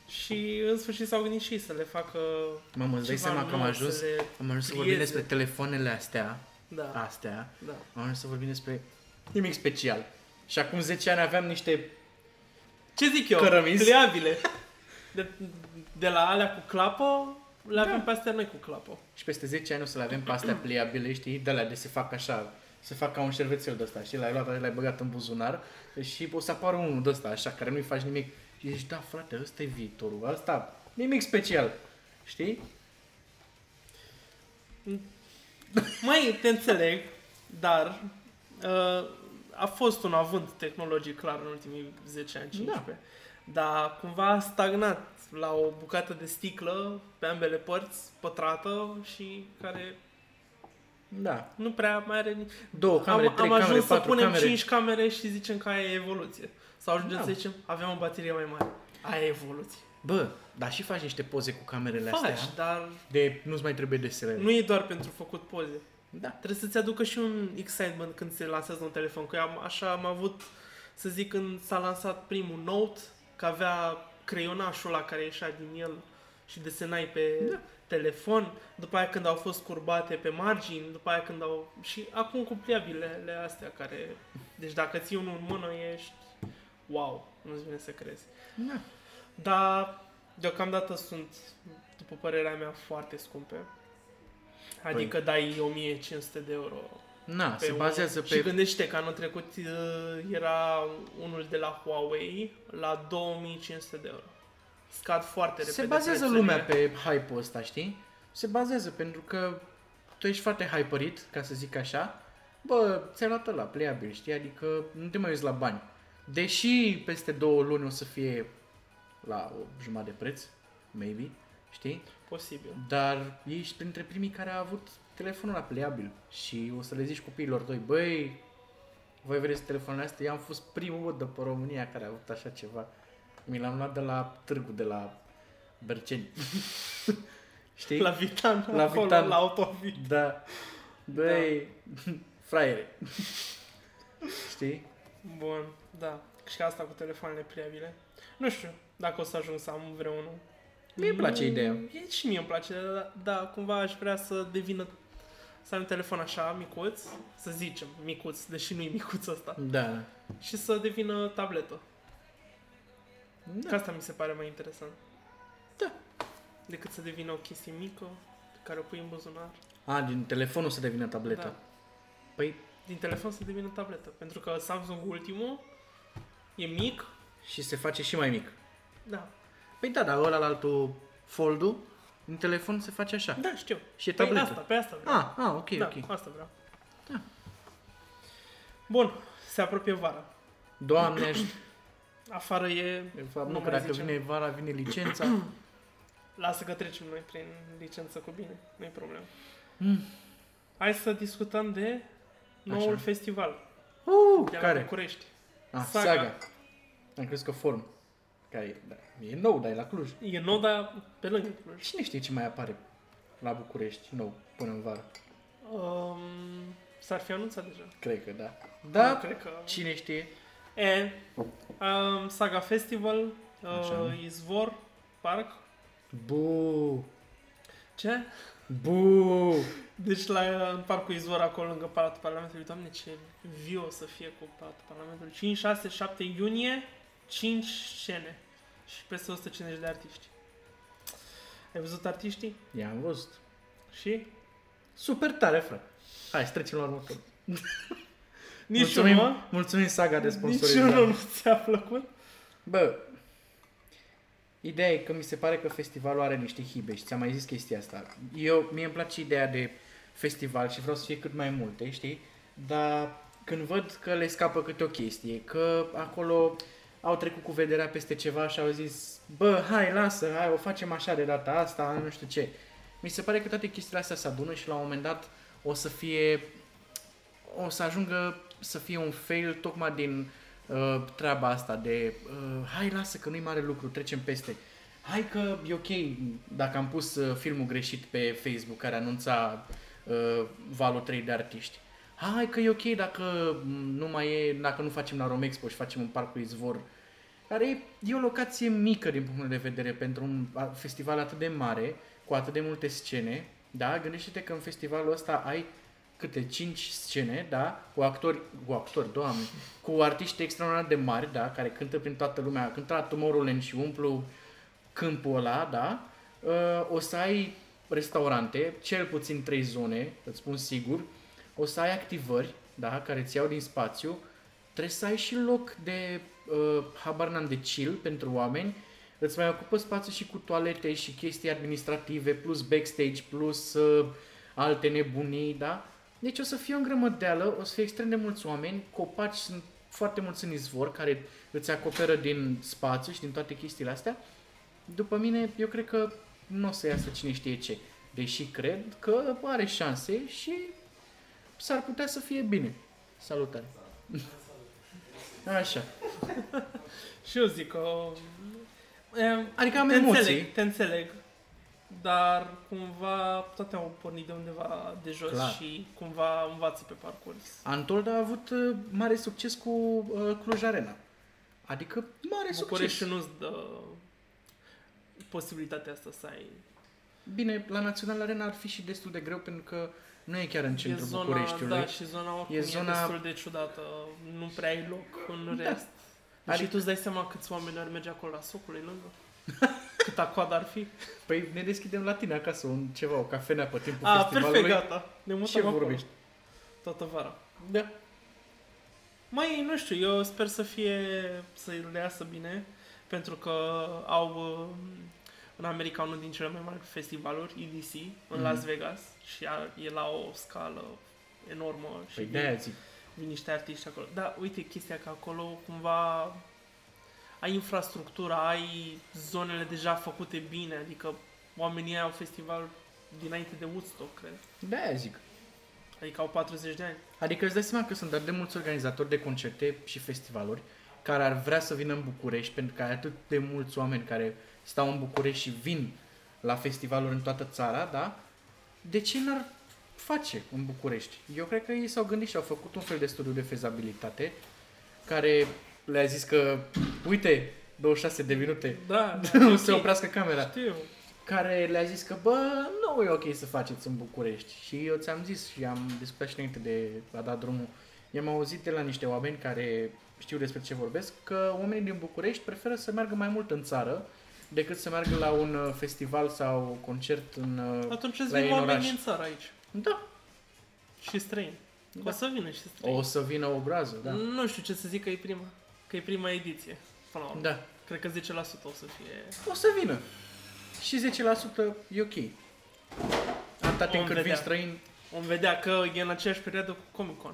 Speaker 1: Și în sfârșit s-au gândit și ei să le facă...
Speaker 2: Mamă, îți dai
Speaker 1: ceva
Speaker 2: seama că am
Speaker 1: nou,
Speaker 2: ajuns,
Speaker 1: să le
Speaker 2: am ajuns să vorbim
Speaker 1: plieze.
Speaker 2: despre telefoanele astea,
Speaker 1: Da,
Speaker 2: Ah.
Speaker 1: A.
Speaker 2: astea,
Speaker 1: da.
Speaker 2: am ajuns să vorbim despre nimic special. Și acum 10 ani aveam niște...
Speaker 1: Ce zic eu?
Speaker 2: Cărămizi.
Speaker 1: Pliabile. De, de la alea cu clapă, le avem
Speaker 2: Da.
Speaker 1: pe astea noi cu clapă.
Speaker 2: Și peste 10 ani o să le avem pe astea pliabile, știi? De alea de se fac așa, se fac ca un șervețel de ăsta, știi? L-ai luat, l-ai băgat în buzunar și o să apară unul de ăsta, așa, care nu-i faci nimic. Și zici, da, frate, ăsta e viitorul, ăsta, nimic special, știi?
Speaker 1: Mai te înțeleg, dar uh, a fost un avânt tehnologic clar în ultimii 10 ani, 15. Da. Dar cumva a stagnat la o bucată de sticlă pe ambele părți, pătrată și care
Speaker 2: Da.
Speaker 1: nu prea mai are nici...
Speaker 2: Două camere,
Speaker 1: am,
Speaker 2: trei
Speaker 1: am ajuns
Speaker 2: camere,
Speaker 1: să
Speaker 2: patru
Speaker 1: punem
Speaker 2: camere.
Speaker 1: 5 camere și zicem că aia e evoluție. Sau ajungem
Speaker 2: Da.
Speaker 1: să zicem, avem o baterie mai mare. Aia e evoluție.
Speaker 2: Bă, dar și faci niște poze cu camerele
Speaker 1: Faci,
Speaker 2: astea. da?
Speaker 1: dar
Speaker 2: De nu-ți mai trebuie DSLR.
Speaker 1: nu e doar pentru făcut poze.
Speaker 2: Da.
Speaker 1: Trebuie să-ți aducă și un excitement când se lansează un telefon. Că eu am, așa am avut, să zic, când s-a lansat primul Note, că avea creionașul ăla care ieșea din el și desenai pe da. telefon, după aia când au fost curbate pe margini, după aia când au... Și acum cu pliabilele astea care... Deci dacă ții unul în mână ești... Wow! Nu-ți vine să crezi.
Speaker 2: Da.
Speaker 1: Dar deocamdată sunt, după părerea mea, foarte scumpe. Adică păi. dai 1500 de euro
Speaker 2: Na, se bazează
Speaker 1: unul.
Speaker 2: pe...
Speaker 1: Și gândește că anul trecut uh, era unul de la Huawei la 2500 de euro. Scad foarte repede
Speaker 2: se bazează
Speaker 1: prețurile.
Speaker 2: lumea pe hype-ul ăsta, știi? Se bazează pentru că tu ești foarte hyperit, ca să zic așa. Bă, ți-ai luat la playable, știi? Adică nu te mai uiți la bani. Deși peste două luni o să fie la o jumătate de preț, maybe, știi?
Speaker 1: Posibil.
Speaker 2: Dar ești printre primii care a avut telefonul la pliabil și o să le zici copiilor tăi, băi, voi vreți telefonul astea? Eu am fost primul de pe România care a avut așa ceva. Mi l-am luat de la târgu, de la Berceni. [LAUGHS] Știi?
Speaker 1: La Vitan,
Speaker 2: La
Speaker 1: la acolo,
Speaker 2: Vitan.
Speaker 1: Vitan. la Autovit.
Speaker 2: Da. Băi, da. [LAUGHS] fraiere. Știi?
Speaker 1: Bun, da. Și ca asta cu telefoanele pliabile. Nu știu dacă o să ajung să am vreunul.
Speaker 2: Mie îmi place
Speaker 1: Mm,
Speaker 2: ideea.
Speaker 1: E, și mie îmi place, dar da, da, cumva aș vrea să devină să am un telefon așa, micuț, să zicem, micuț, deși nu e micuț ăsta,
Speaker 2: Da.
Speaker 1: și să devină tabletă.
Speaker 2: Da.
Speaker 1: Că asta mi se pare mai interesant.
Speaker 2: Da.
Speaker 1: Decât să devină o chestie mică pe care o pui în buzunar.
Speaker 2: A, din telefonul să devină tabletă.
Speaker 1: Da.
Speaker 2: Păi,
Speaker 1: Din telefon să devină tabletă. Pentru că Samsung ultimul e mic.
Speaker 2: și se face și mai mic.
Speaker 1: Da.
Speaker 2: Păi da, dar ăla la altul foldul, din telefon se face așa.
Speaker 1: Da, știu.
Speaker 2: Și e
Speaker 1: Păi
Speaker 2: tabletă.
Speaker 1: asta, pe asta vreau.
Speaker 2: A, a, ok,
Speaker 1: da,
Speaker 2: ok. Da.
Speaker 1: asta vreau. Bun, se apropie vara.
Speaker 2: Doamne, aș-
Speaker 1: Afară e...
Speaker 2: de fapt, nu,
Speaker 1: mai
Speaker 2: că dacă
Speaker 1: zicem.
Speaker 2: vine vara, vine
Speaker 1: [CLEARS THROAT]
Speaker 2: licența.
Speaker 1: Lasă că trecem noi prin licență cu bine. Nu-i problemă.
Speaker 2: Mm.
Speaker 1: Hai să discutăm de noul
Speaker 2: Așa.
Speaker 1: festival
Speaker 2: Uh,
Speaker 1: de la
Speaker 2: care?
Speaker 1: București.
Speaker 2: Ah,
Speaker 1: Saga.
Speaker 2: saga. Am crezut că form. Care e, da, e nou, dar e la Cluj.
Speaker 1: E nou, dar pe lângă Cluj.
Speaker 2: Cine știe ce mai apare la București nou până în vară?
Speaker 1: Um, s-ar fi anunțat deja.
Speaker 2: Cred că da.
Speaker 1: Nu
Speaker 2: Da,
Speaker 1: Ah, cred că...
Speaker 2: cine știe?
Speaker 1: E, um, Saga Festival,
Speaker 2: Așa.
Speaker 1: uh, Izvor, Parc.
Speaker 2: Bu,
Speaker 1: Ce?
Speaker 2: bu.
Speaker 1: Deci la, în parcul Izvor, acolo lângă Palatul Parlamentului, doamne, ce viu o să fie cu Palatul Parlamentului. 5, 6, 7 iunie, 5 scene și peste 150 de artiști. Ai văzut artiștii?
Speaker 2: I-am văzut.
Speaker 1: Și?
Speaker 2: Super tare, frate. Hai, să trecem la următorul.
Speaker 1: Niciunul,
Speaker 2: mulțumim,
Speaker 1: mă?
Speaker 2: mulțumim Saga de sponsorizare.
Speaker 1: niciunul nu ți-a plăcut?
Speaker 2: Bă, ideea e că mi se pare că festivalul are niște hibe și ți-am mai zis chestia asta. Eu, mie îmi place ideea de festival și vreau să fie cât mai multe, știi? Dar când văd că le scapă câte o chestie, că acolo au trecut cu vederea peste ceva și au zis bă, hai, lasă, hai, o facem așa de data asta, nu știu ce. Mi se pare că toate chestiile astea se adună și la un moment dat o să fie o să ajungă să fie un fail tocmai din uh, treaba asta de uh, hai lasă că nu-i mare lucru, trecem peste. Hai că e ok dacă am pus uh, filmul greșit pe Facebook care anunța uh, valul 3 de artiști. Hai că e ok dacă mm, nu mai e, dacă nu facem la Romexpo și facem un parc cu izvor. Care e- e o locație mică din punctul meu de vedere pentru un a- festival atât de mare, cu atât de multe scene. Da, gândește-te că în festivalul ăsta ai câte 5 scene, da, cu actori, cu actori, doamne, cu artiști extraordinar de mari, da, care cântă prin toată lumea, cântă la Tomorrowland și umplu câmpul ăla, da, uh, o să ai restaurante, cel puțin 3 zone, îți spun sigur, o să ai activări, da, care ți iau din spațiu, trebuie să ai și loc de, uh, habar n-am, de chill pentru oameni, îți mai ocupă spațiu și cu toalete și chestii administrative, plus backstage, plus uh, alte nebunii, da? Deci o să fie o îngrămădeală, o să fie extrem de mulți oameni, copaci sunt foarte mulți în izvor care îți acoperă din spațiu și din toate chestiile astea. După mine, eu cred că nu o să iasă cine știe ce. Deși cred că are șanse și s-ar putea să fie bine. Salutare! Așa.
Speaker 1: Și eu zic că... um, E,
Speaker 2: Adică am
Speaker 1: te
Speaker 2: emoții.
Speaker 1: Înțeleg, te înțeleg. Dar cumva toate au pornit de undeva de jos
Speaker 2: Clar.
Speaker 1: și cumva învață pe parcurs.
Speaker 2: Antolda a avut uh, mare succes cu uh, Cluj Arena. Adică mare
Speaker 1: București
Speaker 2: succes.
Speaker 1: nu-ți dă... posibilitatea asta să ai.
Speaker 2: Bine, la Național Arena ar fi și destul de greu pentru că nu e chiar în centrul
Speaker 1: e zona,
Speaker 2: Bucureștiului.
Speaker 1: Da, și zona oricum e, zona... e
Speaker 2: zona-
Speaker 1: destul de ciudată. Nu prea ai loc în
Speaker 2: Da.
Speaker 1: rest. Da. Și
Speaker 2: Adică-
Speaker 1: tu îți dai seama câți oameni ar merge acolo la socul
Speaker 2: [LAUGHS]
Speaker 1: e lângă? Câta coadă ar fi?
Speaker 2: Păi ne deschidem la tine acasă un ceva, o cafenea pe timpul
Speaker 1: A, perfect,
Speaker 2: festivalului.
Speaker 1: gata. Ne mutăm
Speaker 2: Ce
Speaker 1: acolo.
Speaker 2: vorbești?
Speaker 1: Toată vara.
Speaker 2: Da.
Speaker 1: Mai, nu știu, eu sper să fie, să le iasă bine, pentru că au uh, în America unul din cele mai mari festivaluri, EDC, în
Speaker 2: Mhm.
Speaker 1: Las Vegas și a- e la o scală enormă și
Speaker 2: Păi
Speaker 1: vin-
Speaker 2: de-aia zic.
Speaker 1: vin niște artiști acolo. Da, uite chestia că acolo cumva ai infrastructura, ai zonele deja făcute bine, adică oamenii aia au festival dinainte de Woodstock, cred.
Speaker 2: De-aia zic.
Speaker 1: Adică au 40 de ani.
Speaker 2: Adică îți dai seama că sunt atât de mulți organizatori de concerte și festivaluri care ar vrea să vină în București pentru că ai atât de mulți oameni care stau în București și vin la festivaluri în toată țara, da? De ce n-ar face în București? Eu cred că ei s-au gândit și au făcut un fel de studiu de fezabilitate care le-a zis că, uite, 26 de minute, [LAUGHS]
Speaker 1: Da, da,
Speaker 2: nu
Speaker 1: e
Speaker 2: se
Speaker 1: ok.
Speaker 2: oprească camera
Speaker 1: Știu.
Speaker 2: care le-a zis că, bă, nu e ok să faceți în București. Și eu ți-am zis și am discutat și înainte de a da drumul. I-am auzit de la niște oameni care știu despre ce vorbesc, că oamenii din București preferă să meargă mai mult în țară decât să meargă la un uh, festival sau concert în... uh,
Speaker 1: Atunci îți
Speaker 2: La
Speaker 1: vin
Speaker 2: ei în
Speaker 1: oameni
Speaker 2: oraș.
Speaker 1: din țară aici.
Speaker 2: Da,
Speaker 1: Și străini.
Speaker 2: Da.
Speaker 1: O să vină și străini.
Speaker 2: o să vină o groază, da.
Speaker 1: Nu știu ce să zic că e prima. Că e prima ediție. Până la urmă.
Speaker 2: Da,
Speaker 1: Cred că 10% o să fie...
Speaker 2: o să vină. Și 10% e ok. Atâta
Speaker 1: Vom
Speaker 2: timp cât vin
Speaker 1: vedea.
Speaker 2: străini...
Speaker 1: Vom vedea că e în aceeași perioadă cu Comic-Con.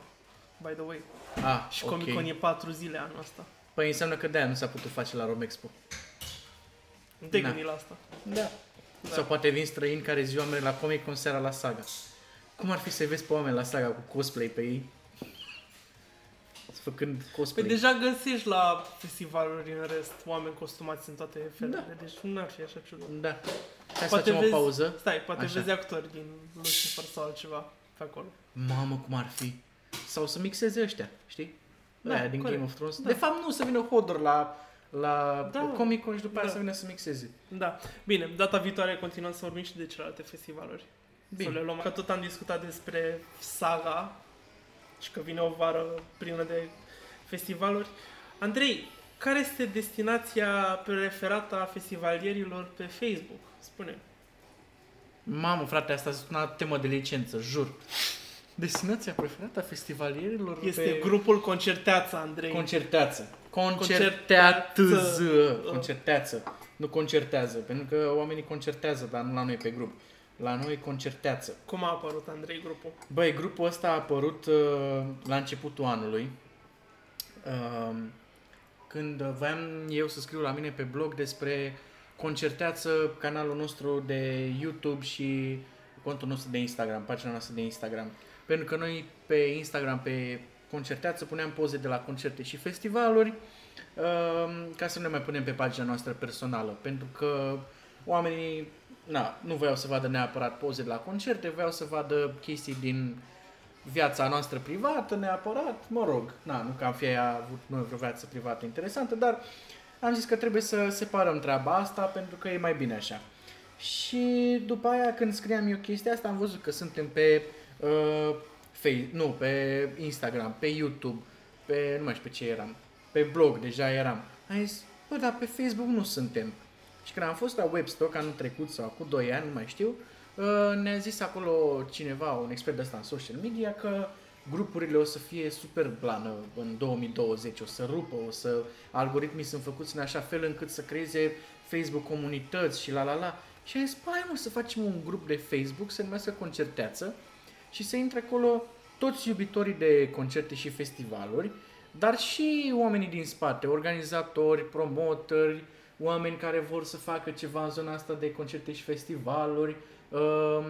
Speaker 1: By the way.
Speaker 2: A,
Speaker 1: Și
Speaker 2: Ah, ok.
Speaker 1: Comic-Con e 4 zile anul ăsta.
Speaker 2: Păi înseamnă că de-aia nu s-a putut face la Romexpo.
Speaker 1: Nu te
Speaker 2: Da.
Speaker 1: gândi la asta.
Speaker 2: Da. Sau poate vin străini care ziua merg la Comic Con seara la Saga. Cum ar fi să vezi pe oameni la Saga cu cosplay pe ei? Făcând
Speaker 1: Păi
Speaker 2: cosplay.
Speaker 1: deja găsești la festivaluri în rest oameni costumați în toate felurile, deci nu ar fi așa ciudat.
Speaker 2: Da. Hai să facem o pauză.
Speaker 1: Stai, poate
Speaker 2: Așa.
Speaker 1: vezi actori din Lucifer sau altceva pe acolo.
Speaker 2: Mamă, cum ar fi. Sau să mixeze ăștia, știi?
Speaker 1: Da,
Speaker 2: Da, Aia din
Speaker 1: corect.
Speaker 2: Game of Thrones.
Speaker 1: Da.
Speaker 2: De fapt, nu, să vină Hodor la, la
Speaker 1: Da.
Speaker 2: Comic Con și după aia
Speaker 1: Da.
Speaker 2: să vină să mixeze.
Speaker 1: Da. Bine, data viitoare continuăm să vorbim și de celelalte festivaluri. Bine. Să
Speaker 2: Bine.
Speaker 1: le luăm. Că tot am discutat despre saga și că vine o vară plină de festivaluri. Andrei, care este destinația preferată a festivalierilor pe Facebook? Spune.
Speaker 2: Mamă, frate, asta este una temă de licență, jur. Destinația preferată a festivalierilor
Speaker 1: Este
Speaker 2: pe...
Speaker 1: grupul Concerteața, Andrei.
Speaker 2: Concerteață.
Speaker 1: Concertează.
Speaker 2: Concertează. Concertează. Nu concertează, pentru că oamenii concertează, dar nu la noi pe grup. La noi concertează.
Speaker 1: Cum a apărut, Andrei, grupul?
Speaker 2: Băi, grupul ăsta a apărut uh, la începutul anului, uh, când voiam eu să scriu la mine pe blog despre concerteață canalul nostru de YouTube și contul nostru de Instagram, pagina noastră de Instagram. Pentru că noi pe Instagram, pe concerteață, puneam poze de la concerte și festivaluri, um, ca să nu ne mai punem pe pagina noastră personală, pentru că oamenii na, nu voiau să vadă neapărat poze de la concerte, voiau să vadă chestii din viața noastră privată neapărat, mă rog, na, nu că am fi avut noi vreo viață privată interesantă, dar am zis că trebuie să separăm treaba asta pentru că e mai bine așa. Și după aia când scriam eu chestia asta am văzut că suntem pe uh, Facebook, nu, pe Instagram, pe YouTube, pe nu mai știu pe ce eram, pe blog deja eram. Am zis, bă, dar pe Facebook nu suntem. Și când am fost la Webstock anul trecut sau cu 2 ani, nu mai știu, uh, ne-a zis acolo cineva, un expert de asta în social media, că grupurile o să fie super blană în 2020, o să rupă, o să algoritmii sunt făcuți în așa fel încât să creeze Facebook comunități și la la la. Și am zis, "Bă, hai mă, să facem un grup de Facebook, se numească Concerteață și să intre acolo toți iubitorii de concerte și festivaluri, dar și oamenii din spate, organizatori, promotori, oameni care vor să facă ceva în zona asta de concerte și festivaluri, um,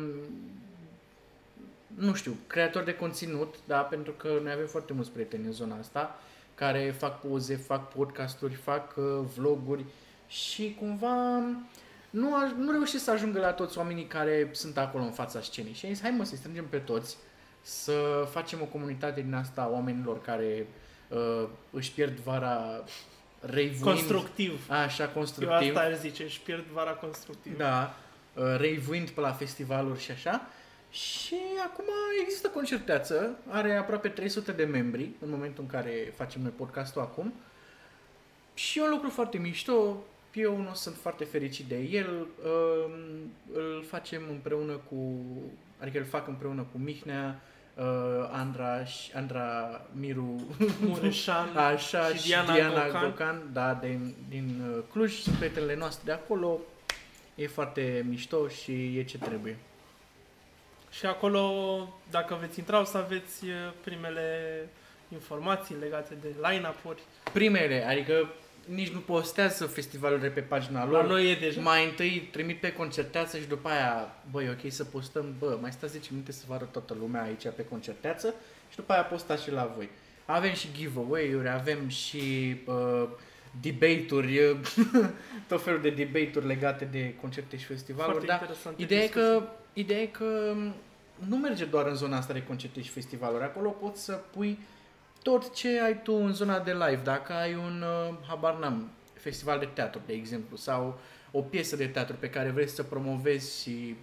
Speaker 2: nu știu, creator de conținut, da, pentru că noi avem foarte mulți prieteni în zona asta care fac poze, fac podcasturi, fac uh, vloguri și cumva nu, a, nu reușesc să ajungă la toți oamenii care sunt acolo în fața scenei. Și am zis, hai mă, să-i strângem pe toți, să facem o comunitate din asta a oamenilor care uh, își pierd vara revenind...
Speaker 1: Constructiv.
Speaker 2: Așa,
Speaker 1: Eu
Speaker 2: constructiv.
Speaker 1: asta aș zice, își pierd vara constructiv.
Speaker 2: Da, uh, ravewind pe la festivaluri și așa. Și acum există concerteață, are aproape 300 de membri în momentul în care facem noi podcastul acum. Și e un lucru foarte mișto, eu nu sunt foarte fericit de el, uh, îl facem împreună cu, adică îl fac împreună cu Mihnea, uh, Andra, și- Andra Miru, [LAUGHS]
Speaker 1: Mureșan
Speaker 2: Așa,
Speaker 1: și Diana Gocan.
Speaker 2: da, din, din uh, Cluj, sunt prietenele noastre de acolo. E foarte mișto și e ce trebuie.
Speaker 1: Și acolo, dacă veți intra, o să aveți uh, primele informații legate de line-up-uri.
Speaker 2: Primele, adică nici nu postează festivalurile pe pagina
Speaker 1: La
Speaker 2: lor.
Speaker 1: noi e deja.
Speaker 2: Mai întâi trimit pe concerteață și după aia, băi, ok să postăm, bă, mai stați 10 minute să vă arăt toată lumea aici pe concerteață și după aia postați și la voi. Avem și giveaway-uri, avem și uh, debate-uri, [LAUGHS] uh, tot felul de debate-uri legate de concerte și festivaluri, da.
Speaker 1: Foarte
Speaker 2: dar
Speaker 1: interesant.
Speaker 2: Ideea e, că, ideea e că nu merge doar în zona asta de concerte și festivaluri. Acolo poți să pui tot ce ai tu în zona de live. Dacă ai un, uh, habar n-am, festival de teatru, de exemplu, sau o piesă de teatru pe care vrei să o promovezi și,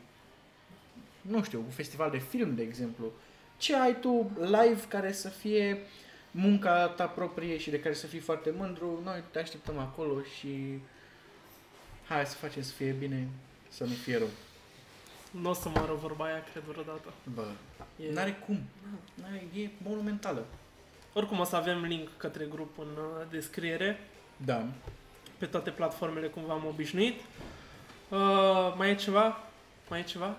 Speaker 2: nu știu, un festival de film, de exemplu. Ce ai tu live care să fie munca ta proprie și de care să fii foarte mândru, noi te așteptăm acolo și hai să facem să fie bine, să nu fie rău.
Speaker 1: Nu o să moară vorba aia, cred, vreodată.
Speaker 2: Bă,
Speaker 1: E-
Speaker 2: n-are cum. N-are, e monumentală.
Speaker 1: Oricum o să avem link către grup în uh, descriere,
Speaker 2: Da.
Speaker 1: pe toate platformele cum v-am obișnuit. Uh, mai e ceva? Mai e ceva?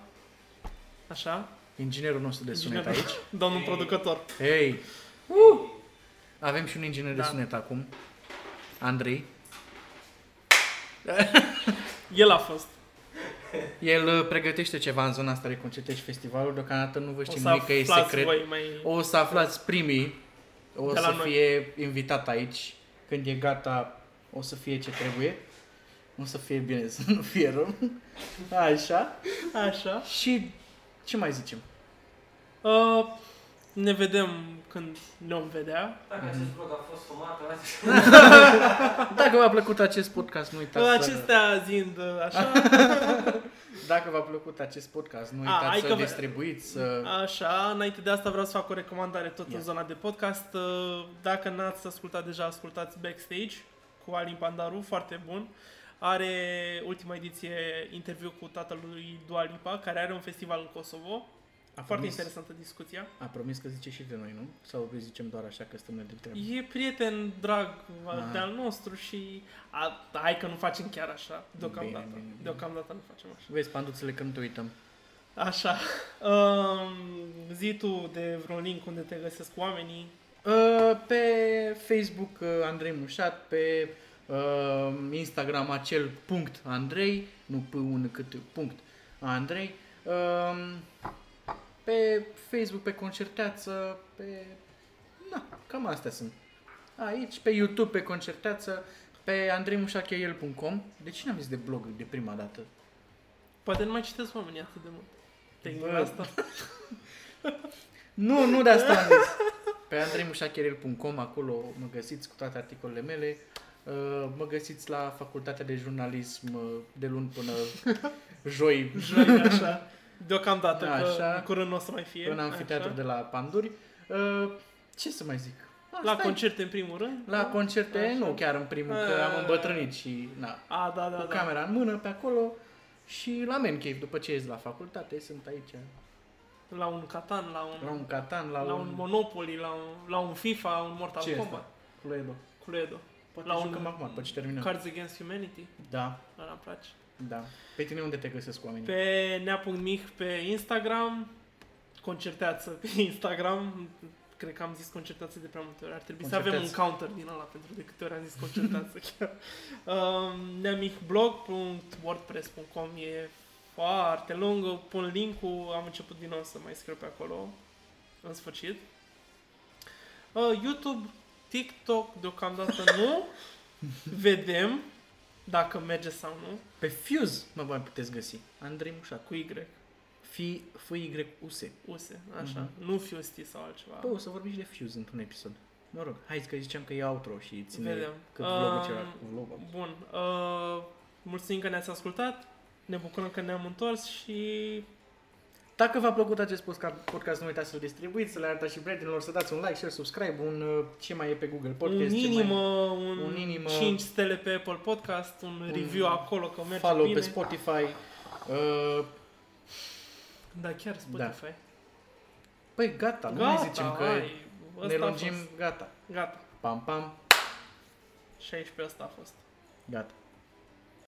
Speaker 1: Așa?
Speaker 2: Inginerul nostru de sunet
Speaker 1: Inginerul-
Speaker 2: aici.
Speaker 1: [LAUGHS] Domnul producător.
Speaker 2: Hei! Avem și un inginer
Speaker 1: Da.
Speaker 2: de sunet acum. Andrei.
Speaker 1: El a fost.
Speaker 2: El uh, pregătește ceva în zona asta de concerte și festivalul. Deocamdată nu vă
Speaker 1: O
Speaker 2: știm
Speaker 1: să
Speaker 2: nimic că e
Speaker 1: aflați
Speaker 2: secret.
Speaker 1: voi mai...
Speaker 2: O să aflați primii. O
Speaker 1: De la
Speaker 2: să
Speaker 1: noi.
Speaker 2: fie invitat aici. Când e gata, o să fie ce trebuie. O să fie bine, [LAUGHS] să nu fie rău. Așa.
Speaker 1: Așa.
Speaker 2: Și ce mai zicem?
Speaker 1: Uh, ne vedem când ne-om vedea.
Speaker 3: Dacă acest vlog a fost fumat, aveți
Speaker 2: Dacă v-a plăcut acest podcast, nu uitați
Speaker 1: Uh,
Speaker 2: să...
Speaker 1: Acestea zind uh, așa,
Speaker 2: [LAUGHS] Dacă v-a plăcut acest podcast, nu
Speaker 1: A,
Speaker 2: uitați
Speaker 1: hai
Speaker 2: să
Speaker 1: că-
Speaker 2: distribuiți, să...
Speaker 1: așa, înainte de asta vreau să fac o recomandare tot
Speaker 2: Ia.
Speaker 1: în zona de podcast. Uh, Dacă n-ați ascultat deja, ascultați Backstage cu Alin Pandaru, foarte bun. Are ultima ediție interviu cu tatălui Dua Lipa, care are un festival în Kosovo.
Speaker 2: A
Speaker 1: Foarte
Speaker 2: promis-
Speaker 1: interesantă discuția.
Speaker 2: A promis că zice și de noi, nu? Sau îi zicem doar așa că stăm noi de treabă?
Speaker 1: E prieten drag
Speaker 2: Ah.
Speaker 1: de al nostru și a, hai că nu facem chiar așa, deocamdată.
Speaker 2: Bine, bine, bine.
Speaker 1: Deocamdată nu facem așa.
Speaker 2: Vezi, panduțele, că nu te uităm.
Speaker 1: Așa. Um, zi tu de vreun link unde te găsesc oamenii.
Speaker 2: Uh, Pe Facebook uh, Andrei Mușat, pe uh, Instagram acel punct Andrei, nu p un cât punct Andrei, uh, pe Facebook, pe concerteață, pe... Na, cam astea sunt. Aici, pe YouTube, pe concerteață, pe andreimușachiel.com. De ce n-am zis de blog de prima dată?
Speaker 1: Poate nu mai citesc oamenii atât de mult. Tehnica
Speaker 2: Bă.
Speaker 1: asta.
Speaker 2: Nu, nu de asta am zis. [LAUGHS] Pe andreimușacherel.com, acolo mă găsiți cu toate articolele mele. Uh, Mă găsiți la Facultatea de Jurnalism uh, de luni
Speaker 1: [LAUGHS]
Speaker 2: până joi
Speaker 1: Joi, așa. Deocamdată, că
Speaker 2: Așa.
Speaker 1: în curând nu o să mai fie.
Speaker 2: în
Speaker 1: așa.
Speaker 2: amfiteatru de la Panduri. Uh, Ce să mai zic? Asta
Speaker 1: La
Speaker 2: e.
Speaker 1: concerte în primul rând.
Speaker 2: la concerte,
Speaker 1: Așa.
Speaker 2: nu chiar în primul, că
Speaker 1: Ah.
Speaker 2: am îmbătrânit și na,
Speaker 1: A, da, da,
Speaker 2: cu
Speaker 1: da.
Speaker 2: camera în mână pe acolo și la Man Cave, după ce ies la facultate, sunt aici
Speaker 1: La un Catan, la un,
Speaker 2: la un Catan, la,
Speaker 1: la un Monopoly, la un, la un FIFA, un Mortal
Speaker 2: Ce e asta?
Speaker 1: Kombat.
Speaker 2: Cluedo.
Speaker 1: Cluedo.
Speaker 2: Poate
Speaker 1: La
Speaker 2: la
Speaker 1: un-
Speaker 2: jucăm acum, după ce terminăm.
Speaker 1: Cards Against Humanity.
Speaker 2: da.
Speaker 1: Ăla îmi place.
Speaker 2: Da. Pe tine unde te găsesc oamenii?
Speaker 1: Pe nea.mih pe Instagram, concerteață pe Instagram, cred că am zis concertață de prea multe ori. Ar trebui să avem un
Speaker 2: Concerteață.
Speaker 1: counter din ăla pentru de câte ori am zis concertață chiar. Um, neamihblog.wordpress.com e foarte lung, pun link-ul, am început din nou să mai scriu pe acolo, în sfârșit. Uh, YouTube, TikTok, deocamdată nu. Vedem dacă merge sau nu,
Speaker 2: Pe Fuse mă mai puteți găsi. Andrei Mușac.
Speaker 1: cu Y.
Speaker 2: Fi, f y u s
Speaker 1: Use, așa.
Speaker 2: Mhm.
Speaker 1: Nu fiusti sau altceva.
Speaker 2: Bă, o să vorbim și de Fuse într-un episod. Mă rog, hai că ziceam că e outro și ține
Speaker 1: Vedem.
Speaker 2: cât vlogul
Speaker 1: Um,
Speaker 2: celălalt cu vlogul.
Speaker 1: Bun. Uh, mulțumim că ne-ați ascultat. Ne bucurăm că ne-am întors și
Speaker 2: Dacă v-a plăcut acest podcast, podcast nu uitați să-l distribuiți, să le arătați și prietenilor, să dați un like, share, subscribe, un uh, ce mai e pe Google Podcast,
Speaker 1: un
Speaker 2: ce
Speaker 1: inimă,
Speaker 2: mai
Speaker 1: un,
Speaker 2: un
Speaker 1: un
Speaker 2: inimă.
Speaker 1: inimă, 5 stele pe Apple Podcast, un, review acolo că
Speaker 2: e,
Speaker 1: merge
Speaker 2: follow
Speaker 1: bine.
Speaker 2: pe Spotify. Uh,
Speaker 1: Da, chiar Spotify.
Speaker 2: păi gata, nu
Speaker 1: Gata,
Speaker 2: mai zicem că
Speaker 1: hai,
Speaker 2: ne
Speaker 1: ăsta a
Speaker 2: lungim,
Speaker 1: fost.
Speaker 2: gata.
Speaker 1: Gata.
Speaker 2: Pam, pam,
Speaker 1: Și aici pe asta a fost.
Speaker 2: gata.